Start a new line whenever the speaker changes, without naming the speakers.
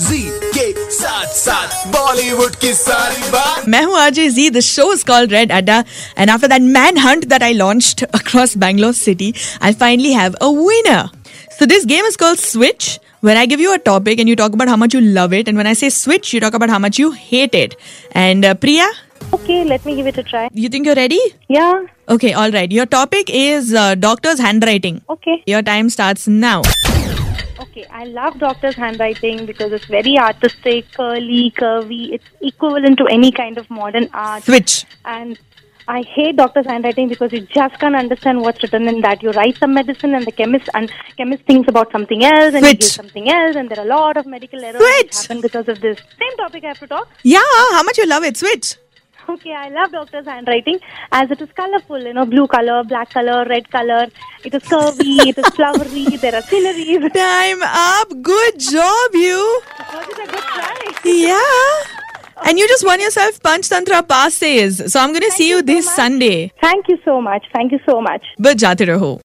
जी के साथ साथ बॉलीवुड की सारी बात
मैं हूं आरजे जी the show is called red adda and after that manhunt that I launched across Bangalore city I finally have a winner so this game is called switch When I give you a topic and you talk about how much you love it, and when I say switch, you talk about how much you hate it. And uh, Priya,
Okay, let me give it a try.
you think you're ready?
Yeah,
Okay, all right. Your topic is uh, doctor's handwriting.
okay.
Your time starts now.
Okay, I love doctor's handwriting because it's very artistic, curly, curvy. It's equivalent to any kind of modern art.
Switch.
And I hate doctor's handwriting because you just can't understand what's written in that. You write some medicine and the chemist and chemist thinks about something else and he
Switch.
gives something else and there are a lot of medical errors
Switch.
that happen because of this. Same topic I have to talk.
Yeah, how much you love it? Switch.
Okay, I love doctor's handwriting as it is colorful, you know, blue color, black color, red color. It is curvy, it is flowery, there are sceneries.
Time up. Good job, you.
Was it a good try?
Yeah. And you just won yourself Panch Tantra passes. So I'm going to see you,
you so
this
much.
Sunday.
Thank you so much. Thank you so much.
But जाते रहो.